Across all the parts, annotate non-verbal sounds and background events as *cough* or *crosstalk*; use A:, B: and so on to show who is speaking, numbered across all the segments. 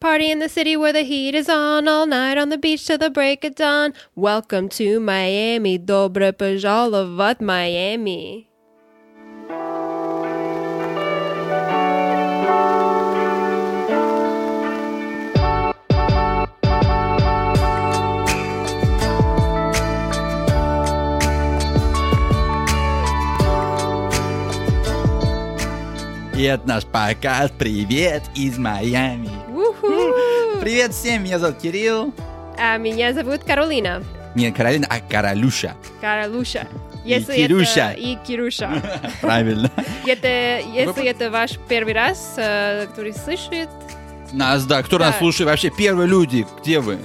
A: Party in the city where the heat is on all night on the beach till the break of dawn. Welcome to Miami. Добро пожаловать, Miami.
B: И это наш подкаст «Привет из Майами».
A: Уху!
B: Привет всем, меня зовут Кирилл.
A: А меня зовут Каролина.
B: Не Каролина, а Королюша.
A: Каролуша.
B: И
A: это-
B: Кирюша.
A: И Кируша.
B: *laughs*
A: *laughs*
B: Правильно.
A: Это, если
B: Вы-
A: это ваш первый раз, э, который слышит,
B: Нас, да, кто нас
A: Да.
B: слушает? Вообще, первые люди, где вы?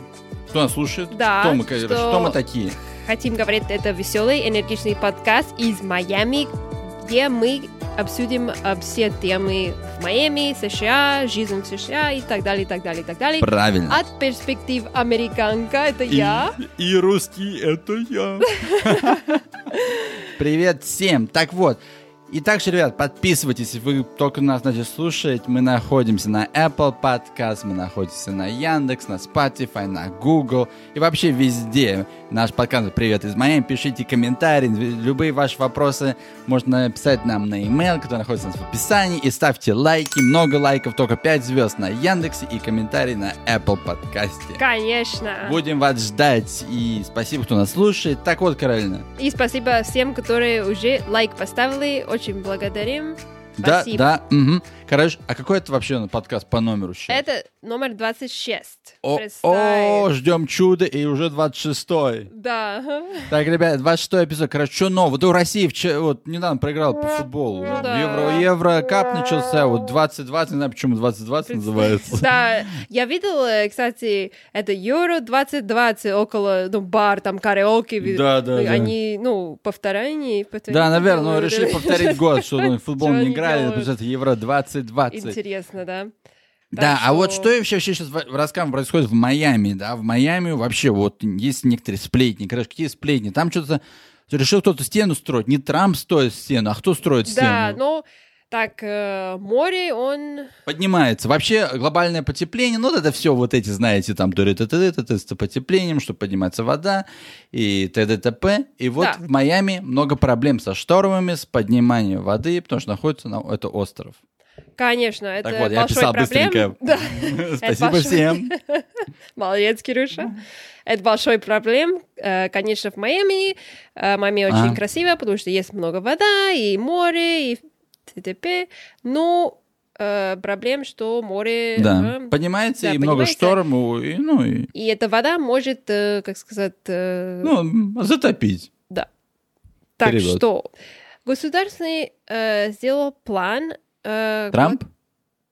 B: Кто нас слушает?
A: Да,
B: Кто мы, конечно,
A: что-
B: что мы такие?
A: хотим говорить, это веселый, энергичный подкаст из Майами, где мы обсудим э, все темы в Майами, США, жизнь в США и так далее, и так далее, и так далее.
B: Правильно.
A: От перспектив американка, это я.
B: И русский, это я. *laughs* Привет всем. Так вот, Итак, же, ребят, подписывайтесь, если вы только нас начали слушать. Мы находимся на Apple Podcast, мы находимся на Яндекс, на Spotify, на Google и вообще везде. Наш подкаст «Привет из Майами». Пишите комментарии, любые ваши вопросы можно написать нам на e-mail, который находится у нас в описании. И ставьте лайки, много лайков, только 5 звезд на Яндексе и комментарий на Apple Подкасте.
A: Конечно.
B: Будем вас ждать и спасибо, кто нас слушает. Так вот, Каролина.
A: И спасибо всем, которые уже лайк поставили. Очень благодарим.
B: Да,
A: Спасибо.
B: да, угу. Короче, а какой это вообще подкаст по номеру сейчас?
A: Это номер 26.
B: О,
A: Представь.
B: ждем чудо, и уже 26-й. *laughs*
A: Да.
B: Так, ребят, 26-й эпизод. Короче, что нового? Да у России вчера, вот недавно проиграл по футболу.
A: Ну да.
B: Евро, евро, кап начался, вот 2020, не знаю, почему 2020 называется.
A: Да, я видела, кстати, это Евро 2020 около, ну, бар, там, караоке. ви-
B: Да, да,
A: ну,
B: да.
A: Они, ну, повторение.
B: Да,
A: Ну,
B: наверное, но решили
A: *laughs*
B: повторить год, что ну, в футбол
A: Чё
B: не
A: они
B: играли,
A: делают?
B: потому что это Евро 2020.
A: Интересно, да.
B: Да,
A: Так
B: а вот
A: что-
B: что вообще сейчас в рассказом происходит в Майами, да, в Майами вообще вот есть некоторые сплетни, короче, какие сплетни, там что-то решил кто-то стену строить, не Трамп строит стену, а кто строит стену?
A: Да, ну но так, э, море, он...
B: Поднимается. Вообще глобальное потепление, ну вот это все вот эти, знаете, там дыры т т т т с потеплением, что поднимается вода и т.д. т.п. И вот
A: Да.
B: в Майами много проблем со штормами, с подниманием воды, потому что находится на это остров.
A: Конечно, это
B: вот, я
A: большой
B: описал
A: проблем.
B: быстренько.
A: *laughs*
B: *laughs*
A: Да,
B: Спасибо
A: большой-
B: всем.
A: молодец, Кирюша. Это большой проблем, э, конечно, в Майами. Э, Майами
B: А.
A: очень красиво, потому что есть много вода, и море, и т.д. Но э, проблем, что море...
B: Да.
A: э,
B: Поднимается
A: Да,
B: и много
A: поднимается.
B: штормов, и ну и
A: И эта вода может, э, как сказать, э,
B: Ну, м, затопить.
A: так
B: перевод.
A: что государственный э, сделал план. э,
B: Трамп?
A: как-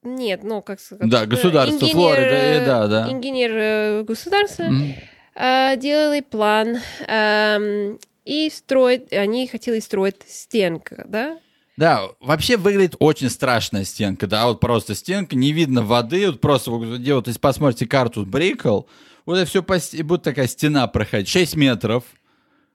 A: Нет, ну как сказать.
B: Да,
A: э,
B: государство,
A: инженер,
B: Флорида,
A: э,
B: и да, да.
A: Инженер э, государства
B: Мгм.
A: э, делали план эм, и строить, они хотели строить стенку, да?
B: Да, вообще выглядит очень страшная стенка, да, вот просто стенка, не видно воды, вот просто вот где вот, если посмотрите карту Брикл, вот это все будет такая стена проходить, 6 метров,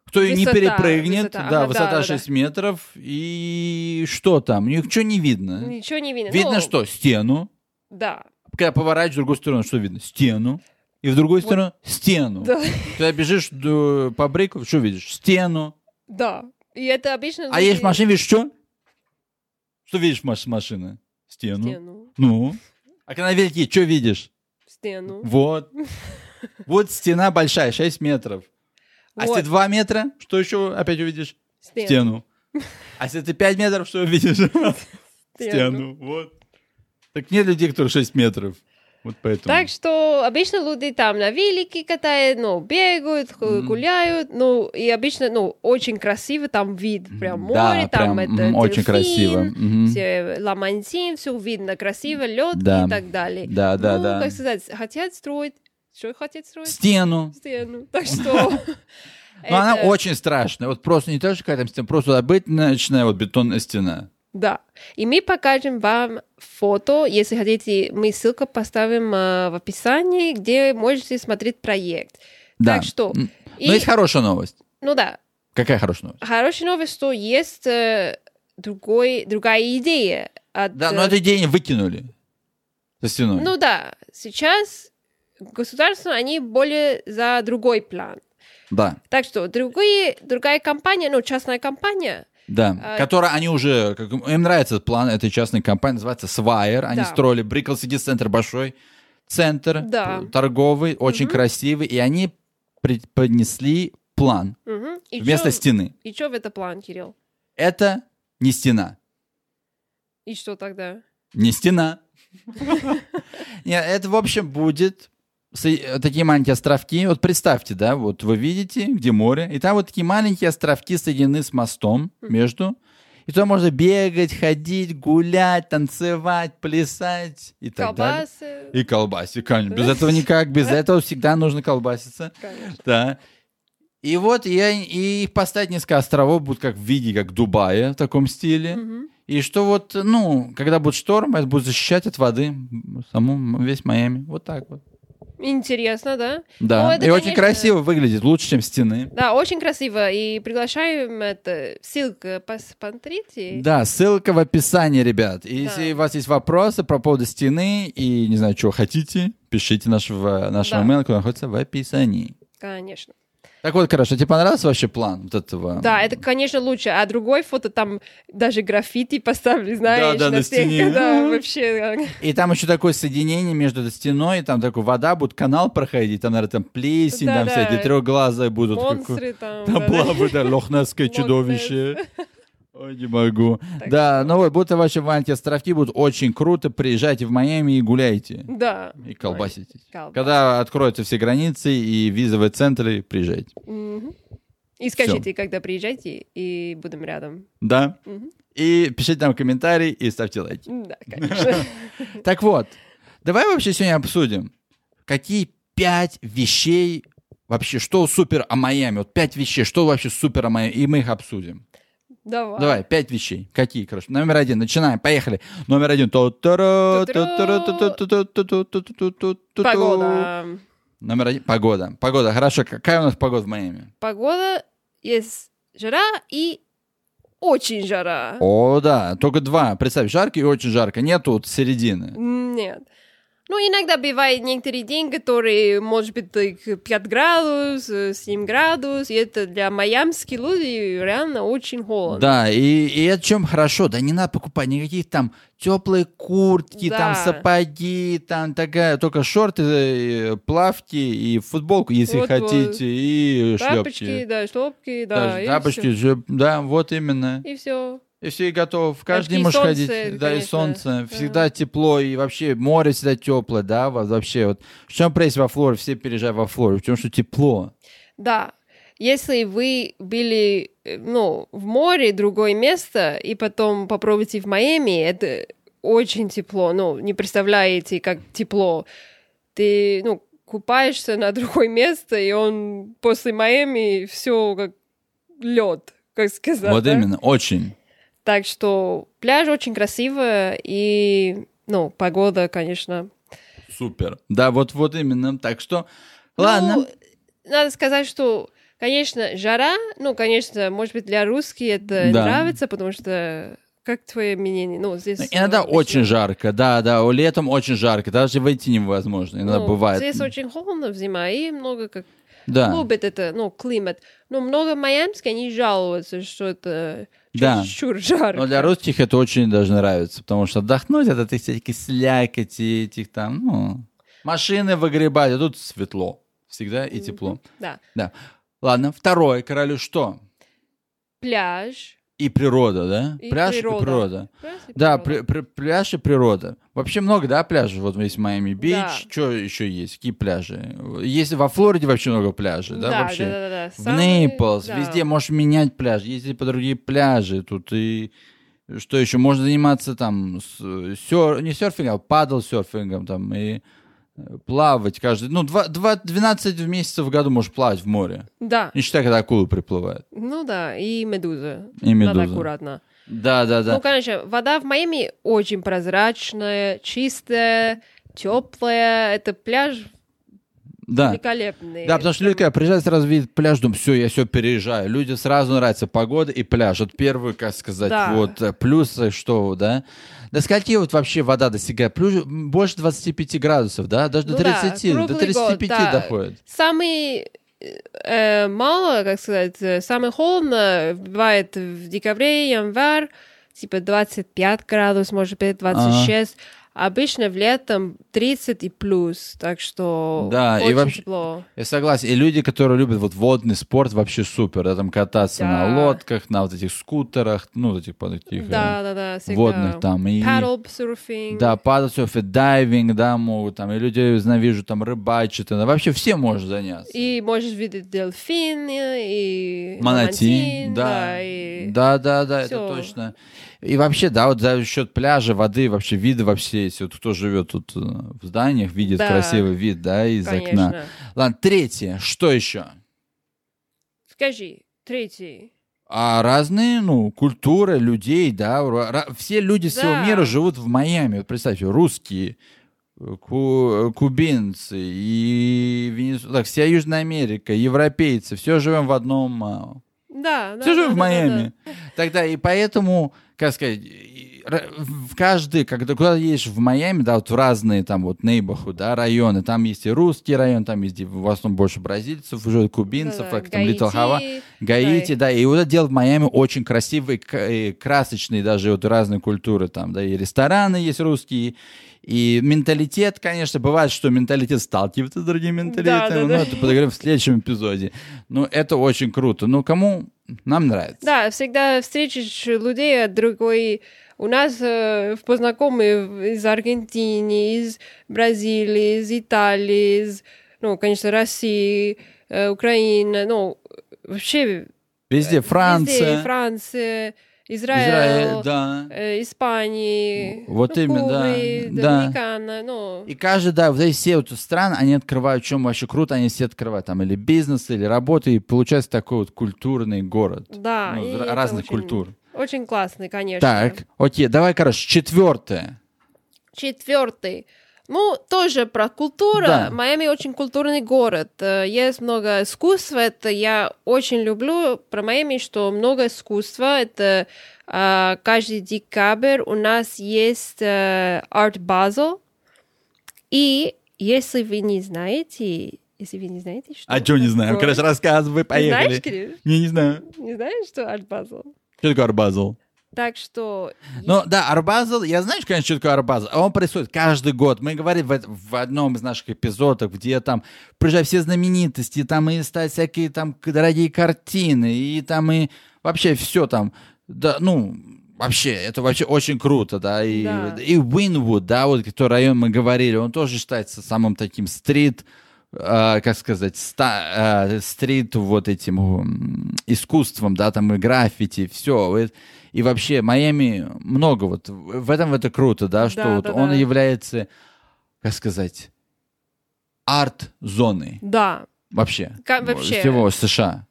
B: кто ее не
A: Высота,
B: перепрыгнет,
A: высота,
B: да,
A: ага,
B: высота
A: да, да,
B: 6 метров, и что там, ничего не видно.
A: Ничего не видно.
B: Видно
A: Ну,
B: что? Стену,
A: Да.
B: когда поворачиваешь в другую сторону, что видно? Стену. И в другую
A: Вот.
B: сторону стену.
A: Да. *laughs*
B: Когда бежишь э, по брику, что видишь? Стену.
A: Да. И это обычно...
B: А едешь в машине, видишь что? Что видишь маш- машины? Стену.
A: Стену.
B: Ну? А когда на велике, что видишь?
A: Стену.
B: Вот. Вот стена большая, 6 метров. А
A: Вот,
B: если 2 метра, что еще опять увидишь?
A: стену.
B: Стену. А если ты 5 метров, что
A: *laughs*
B: увидишь?
A: Стену.
B: Стену. Вот. Так нет людей, которые 6 метров. Вот поэтому.
A: Так что обычно люди там на велике катают, ну, бегают, ху-
B: Мгм.
A: гуляют, ну, и обычно, ну, очень красиво там вид, прям море,
B: Да,
A: там
B: прям,
A: это
B: м, очень
A: дельфин,
B: красиво. Мгм.
A: все э, ламантин, все видно красиво, лед
B: Да.
A: и так далее.
B: Да, да,
A: ну,
B: да.
A: как сказать, хотят строить, что хотят строить?
B: Стену. *laughs*
A: Стену. Так что...
B: Но Ну, она
A: это-
B: очень страшная. Вот просто не то, что какая-то стена, просто обычная вот бетонная стена.
A: Да. И мы покажем вам фото, если хотите, мы ссылку поставим э, в описании, где можете смотреть проект.
B: Да.
A: Так что...
B: М.
A: и-
B: Но есть хорошая новость.
A: ну да,
B: Какая хорошая новость?
A: Хорошая новость, что есть э, другой, другая идея. от,
B: Да, ну, но
A: э,
B: эту идею не выкинули за стеной.
A: Ну да, сейчас государство, они более за другой план.
B: Да,
A: Так что другие, другая компания, ну, частная компания,
B: да.
A: А-
B: Которая они уже... как- им нравится этот план этой частной компании, называется Swire. Они
A: Да.
B: строили Брикл Сити Центр, большой центр
A: Да.
B: п- торговый, очень
A: Мгм.
B: красивый. И они преподнесли план
A: мгм, и
B: вместо
A: чё-
B: стены.
A: И что в это план, Кирилл?
B: Это не стена.
A: И что тогда?
B: Не стена. Нет, это, в общем, будет с- э, такие маленькие островки. Вот представьте, да, вот вы видите, где море, и там вот такие маленькие островки соединены с мостом
A: Мгм.
B: между. И туда можно бегать, ходить, гулять, танцевать, плясать и так далее.
A: Колбасы?
B: И колбасить, конечно. Без этого никак, без этого всегда нужно колбаситься.
A: Конечно.
B: Да. И вот и, они- и их поставить несколько островов будут как в виде, как Дубая в таком стиле.
A: Мгм.
B: И что вот, ну, когда будет шторм, это будет защищать от воды м, саму м, весь Майами. Вот так вот.
A: Интересно, да?
B: Да.
A: Ну, это,
B: и очень
A: конечно.
B: красиво выглядит, лучше, чем стены.
A: Да, очень красиво. И приглашаем это ссылка пос- посмотрите.
B: Да, ссылка в описании, ребят.
A: Да.
B: И если у вас есть вопросы по поводу стены и не знаю, чего хотите, пишите наш, в, наш
A: Да.
B: email, который находится в описании.
A: Конечно.
B: Так вот, хорошо, тебе понравился вообще план вот этого?
A: Да, это, конечно, лучше. А другой фото там даже граффити поставили, знаешь,
B: да, на
A: всех,
B: стене.
A: Да, вообще. а,
B: И там еще такое соединение между этой стеной, и там такой вода будет канал проходить, там, наверное, там плесень, там
A: Да-да.
B: всякие трехглазые
A: э,
B: будут. какой-
A: Монстры там.
B: Там
A: да,
B: плавает, да,
A: *laughs*
B: лохнесское
A: Лох Несс.
B: чудовище. Ой, не могу.
A: Так
B: Да, ну вот, будто ваши маленькие островки будут очень круто. Приезжайте в Майами и гуляйте.
A: Да.
B: И колбаситесь.
A: Колбас.
B: Когда откроются все границы и визовые центры, приезжайте.
A: Мгм. И скажите, когда приезжайте, и будем рядом.
B: Да?
A: Мгм.
B: И пишите нам комментарии и ставьте лайки.
A: *laughs* Да, конечно.
B: Так вот, давай вообще сегодня обсудим, какие пять вещей вообще, что супер о Майами? Вот пять вещей, что вообще супер о Майами? И мы их обсудим.
A: Давай.
B: Давай, пять вещей. Какие, короче? Номер один, начинаем, поехали. Номер один. Ту-тару,
A: Ту-тару.
B: ту-тару, ту-ту-ту-ту, ту-ту-ту-ту-ту.
A: Погода.
B: Номер один. Погода. Погода, хорошо. Какая у нас погода в Майами?
A: Погода есть жара и очень жара.
B: О, да, только два. Представь, жарко и очень жарко. Нету вот середины.
A: Нет. Ну, иногда бывает некоторые дни, которые, может быть, так 5 градус, э, 7 градус, и это для майамских людей реально очень холодно.
B: Да, и, и это чем хорошо? Да не надо покупать никаких там теплые куртки,
A: Да.
B: там сапоги, там такая, только шорты, э, плавки и футболку, если
A: Вот-вот.
B: хотите, и
A: Тапочки,
B: шлепки.
A: да, шлопки, да,
B: Да,
A: и
B: тапочки, шлеп- да, вот именно.
A: всё. И все.
B: И все, и готов. Каждый
A: и
B: день можешь
A: солнце,
B: ходить. да, и
A: конечно,
B: солнце.
A: да.
B: Всегда тепло. И вообще море всегда теплое, да, во- вообще. Вот. В чем пресс во Флориде? Все переезжают во Флориду, потому что тепло.
A: Да. Если вы были, э, ну, в море, другое место, и потом попробуйте в Майами, это очень тепло. Ну, не представляете, как тепло. Ты, ну, купаешься на *laughs* другое место, и он после Майами все как лед, как сказать.
B: вот
A: да?
B: именно, очень.
A: Так что пляж очень красивая, и, ну, погода, конечно,
B: Супер. Да, вот, вот именно. Так что, ладно.
A: Ну, надо сказать, что, конечно, жара, ну, конечно, может быть, для русских это
B: Да.
A: нравится, потому что как твое мнение? Ну, здесь...
B: Иногда
A: э,
B: очень
A: начинается-
B: жарко, да, да, о, летом очень жарко, даже выйти невозможно, иногда
A: Ну,
B: бывает.
A: Здесь очень холодно в зима, и много как
B: да,
A: любят это, ну, климат. Но много майамских, они жалуются, что это
B: да.
A: чересчур жарко.
B: Но для русских это очень даже нравится, потому что отдохнуть от этих всяких слякотей, этих там, ну, машины выгребать, а тут светло всегда и
A: Мгм.
B: тепло.
A: Да.
B: Ладно, второе, королю что?
A: Пляж.
B: И природа, да?
A: И
B: пляж и
A: природа.
B: природа.
A: Пляж и
B: Да,
A: природа.
B: при- при- пляж и природа. Вообще много, да, пляжей? Вот есть Майами-Бич,
A: Да.
B: что еще есть? Какие пляжи? Есть во Флориде вообще много пляжей, да,
A: да,
B: вообще?
A: да, да, да.
B: В
A: Самый-
B: Нейплс,
A: да.
B: везде можешь менять пляж, ездить по другие пляжи, тут и что еще, можно заниматься там, с- сёр- не серфингом, а падл серфингом там, и э, плавать каждый, ну, два, два, 12 месяцев в году можешь плавать в море,
A: Да,
B: не считай, когда акулы приплывают,
A: ну да, и медуза.
B: и
A: Надо
B: медузы.
A: аккуратно.
B: Да-да-да.
A: Ну, конечно, вода в Майами очень прозрачная, чистая, теплая. Это пляж
B: Да.
A: Великолепные.
B: А. Да, потому что люди, когда приезжают, сразу видят пляж, думают, все, я все переезжаю. Людям сразу нравится погода и пляж. Вот первый, как сказать,
A: Да.
B: вот э, плюсы, что, да? До скольки вот вообще вода достигает? Плюс, больше 25 градусов, да? Даже
A: Ну
B: до
A: да,
B: 30, до
A: круглый год,
B: 35
A: да.
B: доходит.
A: Самый э, мало, как сказать, э, самое холодно бывает в декабре, январь, типа 25 градусов, может быть, 26. Обычно в летом 30 и плюс, так что
B: Да, и
A: очень
B: вообще-
A: тепло.
B: Я согласен. И люди, которые любят вот водный спорт, вообще супер, да, там кататься
A: Да.
B: на лодках, на вот этих скутерах, ну, вот этих по- таких э,
A: Да, да, да, всегда.
B: водных там. И...
A: Paddle surfing.
B: Да, падать, и дайвинг, да, могут там, и люди, вижу, там рыбачат, да, вообще все можно заняться.
A: И можешь видеть дельфины, и
B: Манати,
A: ламантин,
B: да.
A: и...
B: Да, да, да, это
A: всё.
B: точно. И вообще, да, вот за счет пляжа, воды, вообще виды во все эти, вот кто живет тут э, в зданиях, видит
A: Да.
B: красивый вид, да, из
A: конечно.
B: окна. Ладно, третье, что еще?
A: Скажи, третий.
B: А разные, ну, культуры людей, да, ра- ра- все люди всего
A: Да.
B: мира живут в Майами. Вот представьте, русские, э, ку- э, кубинцы и Венесу- так, вся Южная Америка, европейцы, все живем в одном а,
A: Да, да.
B: все же
A: да,
B: в
A: да,
B: Майами. Тогда и поэтому, как сказать, и- ра- в каждый, когда куда едешь в Майами, да, вот в разные там вот нейбаху, да, районы, там есть и русский район, там есть и в основном больше бразильцев, уже
A: да.
B: кубинцев,
A: Да-да,
B: как там Литл Хава.
A: Гаити,
B: Гаити, да, и вот это дело в Майами очень красивый, к- и красочный, даже вот разные культуры там, да, и рестораны есть русские, и менталитет, конечно, бывает, что менталитет сталкивается с другим менталитетом,
A: да,
B: но
A: да.
B: это поговорим в следующем эпизоде. Ну, это очень круто. Ну, кому нам нравится.
A: Да, всегда встретишь людей от другой. У нас э, в- познакомые в- из Аргентины, из Бразилии, из Италии, из, ну, конечно, России, э, Украины, ну, вообще
B: Везде Франция,
A: везде, Франция, Израиль,
B: Израиль, да.
A: э, Испании,
B: Вот
A: ну,
B: именно, да,
A: Кубы,
B: да.
A: Доминикана, ну,
B: И каждый, да, вот эти все вот страны, они открывают, в чем вообще круто, они все открывают, там, или бизнес, или работу, и получается такой вот культурный город.
A: да,
B: Ну,
A: и
B: ра-
A: это
B: разных
A: очень-
B: культур.
A: Очень классный, конечно.
B: Так, окей, давай, короче, четвертое.
A: Четвертый. Ну, тоже про культуру.
B: Да.
A: Майами очень культурный город. Э, Есть много искусства. Это я очень люблю про Майами, что много искусства. Это э, каждый декабрь у нас есть э, Art Basel. И если вы не знаете, если вы не знаете, что...
B: А что не знаем?
A: такое-
B: Короче, рассказывай,
A: Не знаешь,
B: поехали.
A: Кирилл?
B: Не, не знаю.
A: Не знаешь, что Art Basel?
B: Что такое Арбазл?
A: Так что...
B: Ну да, Арбазл, я знаю, конечно, что такое Арбазл. А Он происходит каждый год. Мы говорим в, эт- в одном из наших эпизодов, где там приезжают все знаменитости, там и стать всякие там к- дорогие картины, и там и вообще все там. Да, ну, вообще, это вообще очень круто, да. И,
A: Да.
B: и Уинвуд, да, вот который район мы говорили, он тоже считается самым таким стрит, э, как сказать, ста- э, стрит вот этим м, искусством, да, там и граффити, все. И вообще Майами много вот, в этом это круто, да, что
A: Да,
B: вот
A: да,
B: он
A: да.
B: является, как сказать, арт-зоной
A: Да,
B: вообще,
A: Ка- вообще.
B: всего США.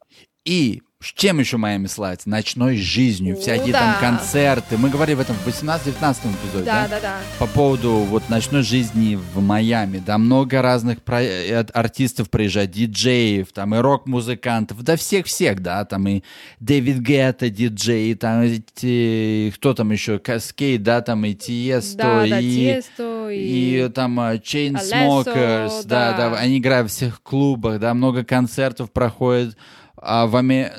B: И с чем еще Майами славится? Ночной жизнью,
A: О,
B: всякие
A: да.
B: там концерты. Мы говорили в этом в 18-19 эпизоде,
A: да,
B: да?
A: да, да.
B: по поводу вот ночной жизни в Майами. Да, много разных про- э, от- артистов приезжает, диджеев, там и рок-музыкантов, да всех-всех, да, там и Дэвид Гетта, диджей, там эти, кто там еще, Каскейд, да, там и Тиесто,
A: Да, да,
B: и...
A: Тесто
B: И там э, Chainsmokers,
A: Alesso,
B: да, да,
A: да.
B: они играют в всех клубах, да, много концертов проходит. А в Аме...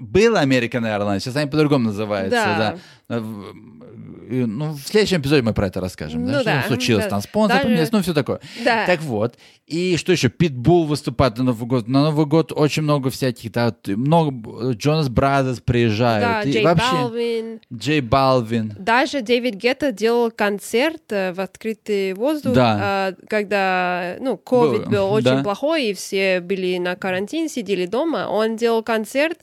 B: Было American Airlines, сейчас они по-другому называются,
A: Да.
B: да. Э, в- э, Ну, в следующем эпизоде мы про это расскажем.
A: Ну
B: да, что
A: да,
B: там случилось,
A: да.
B: там спонсор
A: Даже-
B: поменялся, ну все такое.
A: Да.
B: Так вот, и что еще? Питбул выступает на Новый год. На Новый год очень много всяких, да, вот, и много Джонас Бразерс
A: Да,
B: приезжают. и
A: Джей
B: вообще...
A: Балвин.
B: Джей Балвин.
A: Даже Дэвид Гетто делал концерт э, в открытый воздух,
B: Да.
A: э, когда, ну, ковид
B: Был,
A: был очень
B: да.
A: плохой, и все были на карантине, сидели дома. Он делал концерт,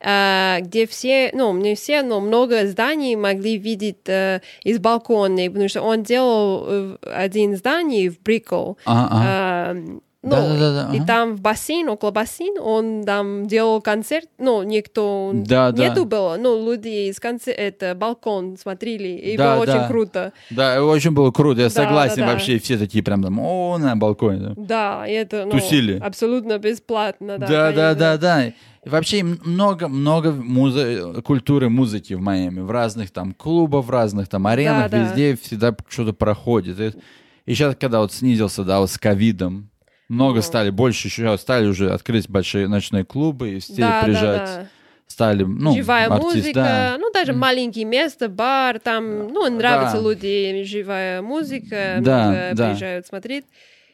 A: э, где все, ну, не все, но много зданий могли видеть э, из балкона, потому что он делал э, в- один здание в Брикл,
B: Ага, ага.
A: Эм, Ну,
B: А. Да-да-да-да,
A: и
B: ага.
A: там в бассейн, около бассейн, он там делал концерт, ну, никто
B: Да, да.
A: нету было, ну, люди из конца, это, балкон смотрели, и
B: Да,
A: было
B: да.
A: очень круто.
B: Да, очень было круто, я согласен
A: да, да.
B: вообще, все такие прям там, о, на балконе. да».
A: Да, и это, ну,
B: Тусили.
A: абсолютно бесплатно, да.
B: Да, да,
A: конечно.
B: да, да. И Вообще им много, много музы- э, культуры музыки в Майами, в разных там клубах, в разных там аренах,
A: Да, да.
B: везде всегда что-то проходит. И- И сейчас, когда вот снизился, да, вот с ковидом, много
A: Ну.
B: стали, больше еще стали уже открыть большие ночные клубы, и все
A: Да, да,
B: приезжать
A: да.
B: стали, ну,
A: живая
B: артист,
A: музыка,
B: да.
A: ну даже маленькие места, бар, там, ну нравится
B: Да.
A: людям живая музыка,
B: Да,
A: много
B: да.
A: приезжают смотреть.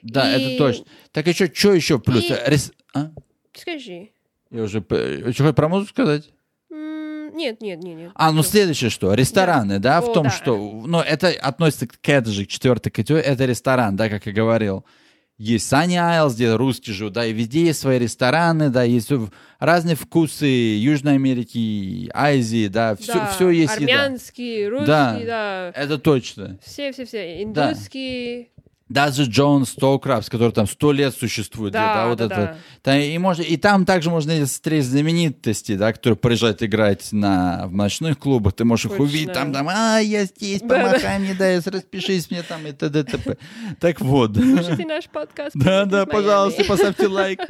B: Да,
A: И-
B: это точно. Так еще, что еще в плюс?
A: И-
B: Рес- а?
A: Скажи,
B: Я уже... п- Что, хоть про музыку сказать?
A: М, нет, нет, нет, нет.
B: А, ну
A: Всё.
B: следующее что? Рестораны, да, в
A: О,
B: том,
A: да.
B: что... Ну, это относится к к этой же, к четвертой категории, это ресторан, да, как я говорил. Есть Sunny Айлс, где русские живут, да, и везде есть свои рестораны, да, есть в- разные вкусы Южной Америки, Азии, да, все,
A: Да,
B: все есть еда.
A: Армянские, русские, да.
B: Это точно.
A: Все, все, все.
B: Да.
A: Индусские.
B: Даже Джон Стоукрабс, который там сто лет существует, да, да,
A: Да,
B: вот
A: да,
B: это.
A: да.
B: Та- и, можно, и там также можно встретить знаменитости, да, которые приезжают играть на, в ночных клубах. Ты можешь их
A: Точно.
B: увидеть, там, там, а, я здесь,
A: Да,
B: помахай мне, да, я с- распишись мне там, и т.д. т.п. Так вот.
A: Слушайте наш подкаст.
B: *laughs* Да,
A: «Привет
B: да,
A: из
B: пожалуйста,
A: Майами».
B: поставьте лайк.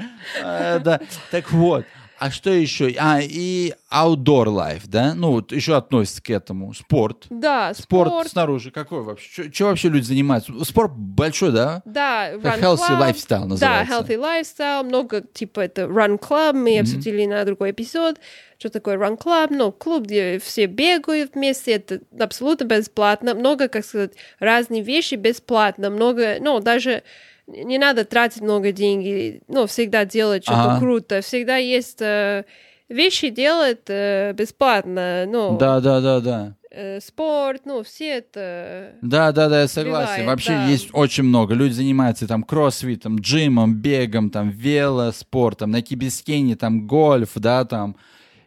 B: А, Да, так вот. А что еще? А, и outdoor life, да? Ну, вот еще относится к этому. Спорт.
A: Да,
B: Спорт,
A: спорт.
B: снаружи какой вообще? Чем вообще люди занимаются? Спорт большой, да?
A: Да, run
B: Healthy
A: club.
B: lifestyle
A: Да,
B: называется.
A: healthy lifestyle, много типа это run club, мы обсудили на другой эпизод, что такое run club, ну, клуб, где все бегают вместе, это абсолютно бесплатно, много, как сказать, разные вещи бесплатно, много, ну, даже не надо тратить много денег, ну, всегда делать что-то
B: Ага.
A: круто, всегда есть э, вещи делать э, бесплатно, ну,
B: Да, да, да, да.
A: э, спорт, ну, все это...
B: Да, да, да, я согласен.
A: Сбивает,
B: Вообще
A: да.
B: есть очень много. Люди занимаются там кроссфитом, джимом, бегом, там велоспортом, на кибискене, там гольф, да, там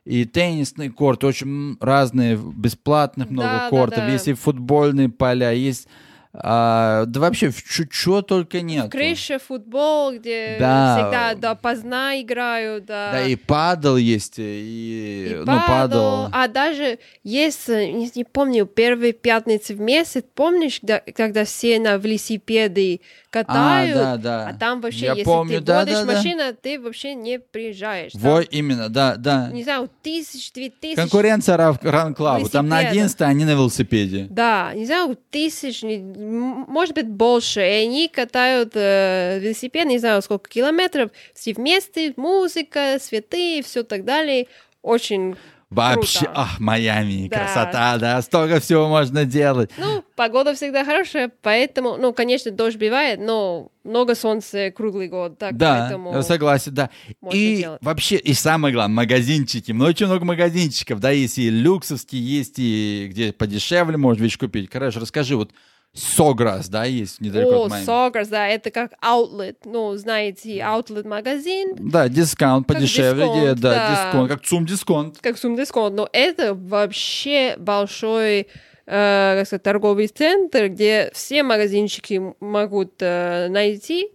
B: и теннисный корт, очень м, разные бесплатных много
A: Да, да,
B: кортов,
A: да.
B: есть и футбольные поля, есть а, да вообще в чё, чё только нет.
A: Крыша, футбол, где
B: А Да.
A: всегда допоздна играют, да.
B: Да и падал есть и, ну падал.
A: А даже есть, э, не, не помню, первые пятницы в месяц, помнишь, когда, когда все на велосипеды катают,
B: А, да, да.
A: а там вообще,
B: Я
A: если
B: помню,
A: ты
B: да,
A: водишь
B: да, да.
A: машина, ты вообще не приезжаешь. Там,
B: Во именно, да, да.
A: не знаю, тысяч, две тысячи.
B: Конкуренция рав- Ранклаву. Там на
A: велосипедов.
B: 11 они на велосипеде.
A: Да, не знаю, тысяч, не- м- может быть, больше. И они катают э, велосипед, не знаю, сколько километров, все вместе, музыка, цветы и все так далее. Очень,
B: Вообще,
A: Круто.
B: ах, Майами,
A: Да.
B: красота, да, столько всего можно делать.
A: ну, погода всегда хорошая, поэтому, ну, конечно, дождь бывает, но много солнца круглый год, так,
B: да,
A: поэтому...
B: я согласен, да.
A: можно
B: И
A: делать.
B: вообще, и самое главное, магазинчики. Ну, Очень много магазинчиков, да, есть и люксовские, есть и где подешевле можно вещь купить. Короче, расскажи, вот Сограс, да, есть недалеко
A: О,
B: от Майами.
A: Согрс, да, это как outlet, ну, знаете, outlet-магазин,
B: Да, дисконт
A: Как
B: подешевле, где,
A: дисконт,
B: да,
A: да.
B: дисконт, как ЦУМ-дисконт.
A: как сум-дисконт, но это вообще большой э, как сказать, торговый центр, где все магазинчики м- могут э, найти.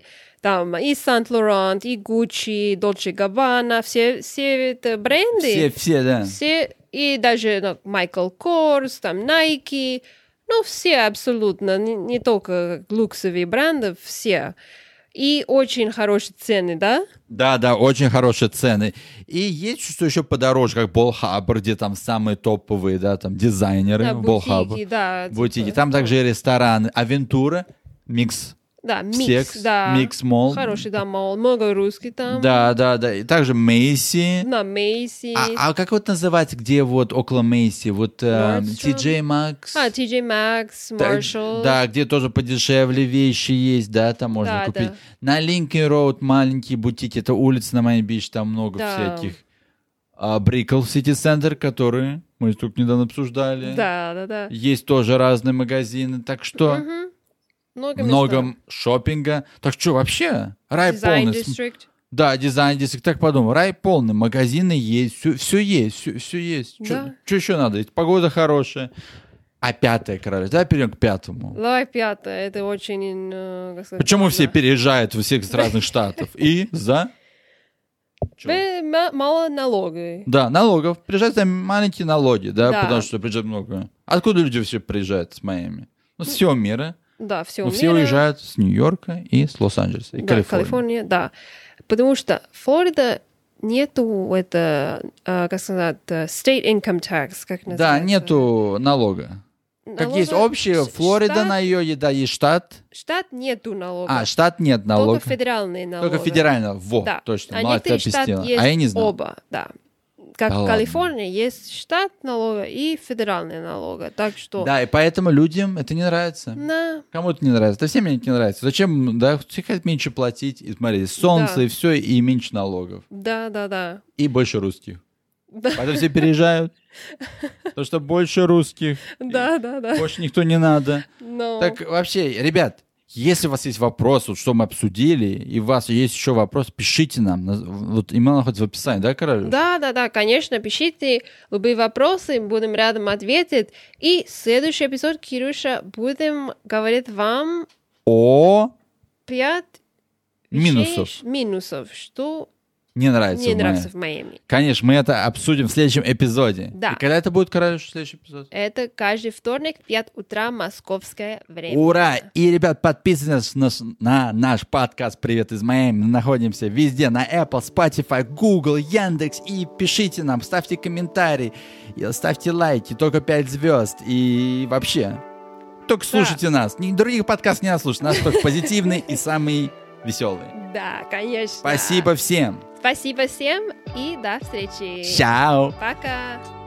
A: Там и Saint Laurent, и Gucci, и Dolce Gabbana, все, все это
B: Все,
A: бренды,
B: все, да.
A: все, и даже ну, Michael Kors, там Nike, ну все абсолютно, не, не только люксовые бренды, все. И очень хорошие цены, да?
B: Да, да, очень хорошие цены. И есть что еще подороже, как Болхабр, где там самые топовые, да, там дизайнеры
A: Да,
B: Болхабр.
A: бутики, да.
B: бутики.
A: типа.
B: Там также и рестораны. Авентура, микс,
A: Да, микс,
B: секс,
A: да.
B: микс мол.
A: Хороший, да, мол. Много русских там.
B: Ну, Да, да, да. И также Мейси.
A: На Мейси.
B: А, а как вот называть, где вот около Мейси? Вот э,
A: Nordstrom?
B: TJ Maxx.
A: А, TJ Maxx,
B: Да,
A: Marshall.
B: Да, где тоже подешевле вещи есть, да, там можно
A: Да,
B: купить.
A: да.
B: На Lincoln Road маленькие бутики, это улица на Майами Бич, там много
A: Да.
B: всяких. А, Брикл Сити Центр, который мы тут недавно обсуждали.
A: да, да, да.
B: Есть тоже разные магазины, так что...
A: Мгм. Много места.
B: много шопинга. Так что вообще? Рай
A: Design
B: полный.
A: District.
B: Да, дизайн дистрикт. Так подумал, рай полный, магазины есть, все, есть, все, есть. Что
A: Да.
B: еще надо? Погода хорошая. А пятое королевство. Давай перейдем к пятому.
A: Давай пятое, это очень... э, как сказать,
B: Почему все
A: трудно.
B: переезжают во всех с *laughs* разных штатов? И за... Чё?
A: Э, ма- Мало налоги.
B: Да, налогов. Приезжают там маленькие налоги, да,
A: Да.
B: потому что приезжают много. Откуда люди все приезжают с Майами? Ну, с всего мира.
A: Да, все
B: Ну, все уезжают с Нью-Йорка и с Лос-Анджелеса, и
A: Да,
B: Калифорнии.
A: Калифорния, да. Потому что Флорида нету это, э, как сказать, э, state income tax, как
B: Да,
A: называется.
B: нету налога. Как
A: Налога-
B: есть общее,
A: Ш-
B: Флорида
A: штат-
B: на ее, да, есть штат.
A: Штат нету налога.
B: А, штат нет налога.
A: Только федеральные налоги.
B: Только федерального. Во,
A: Да.
B: точно.
A: А
B: Молодец, ты
A: некоторые штаты
B: объяснила.
A: есть
B: А я не знал.
A: оба, да. Как
B: Да
A: в
B: ладно.
A: Калифорнии есть штат налога и федеральные налога. Так что
B: Да, и поэтому людям это не нравится.
A: на
B: Кому это не нравится? Да всем мне это не нравится. Зачем, да, все хотят меньше платить. И смотри, солнце
A: Да.
B: и все, и меньше налогов.
A: да, да, да.
B: И больше русских.
A: Да.
B: Поэтому все
A: *laughs*
B: переезжают. Потому что больше русских,
A: Да, да, да.
B: больше никто не надо.
A: Но...
B: Так вообще, ребят, если у вас есть вопрос, вот что мы обсудили, и у вас есть еще вопрос, пишите нам. Наз- Вот именно находится в описании, да, король?
A: Да, да, да, конечно, пишите любые вопросы, будем рядом ответить. И следующий эпизод, Кирюша, будем говорить вам
B: О,
A: пять вещей-
B: минусов.
A: минусов, что
B: Не нравится.
A: не
B: в Майами.
A: нравится в Майами.
B: Конечно, мы это обсудим в следующем эпизоде.
A: Да.
B: И когда это будет, король, следующий эпизод?
A: Это каждый вторник, 5 утра, московское время.
B: Ура! И, ребят, подписывайтесь на, наш- на наш подкаст «Привет из Майами». Мы находимся везде, на Apple, Spotify, Google, Яндекс. И пишите нам, ставьте комментарии, и ставьте лайки, только 5 звезд. И вообще, только слушайте нас. Ни других подкастов не надо слушать. Нас только позитивный и самый веселый.
A: Да, конечно.
B: Спасибо всем.
A: Спасибо всем и до встречи.
B: Чао.
A: Пока.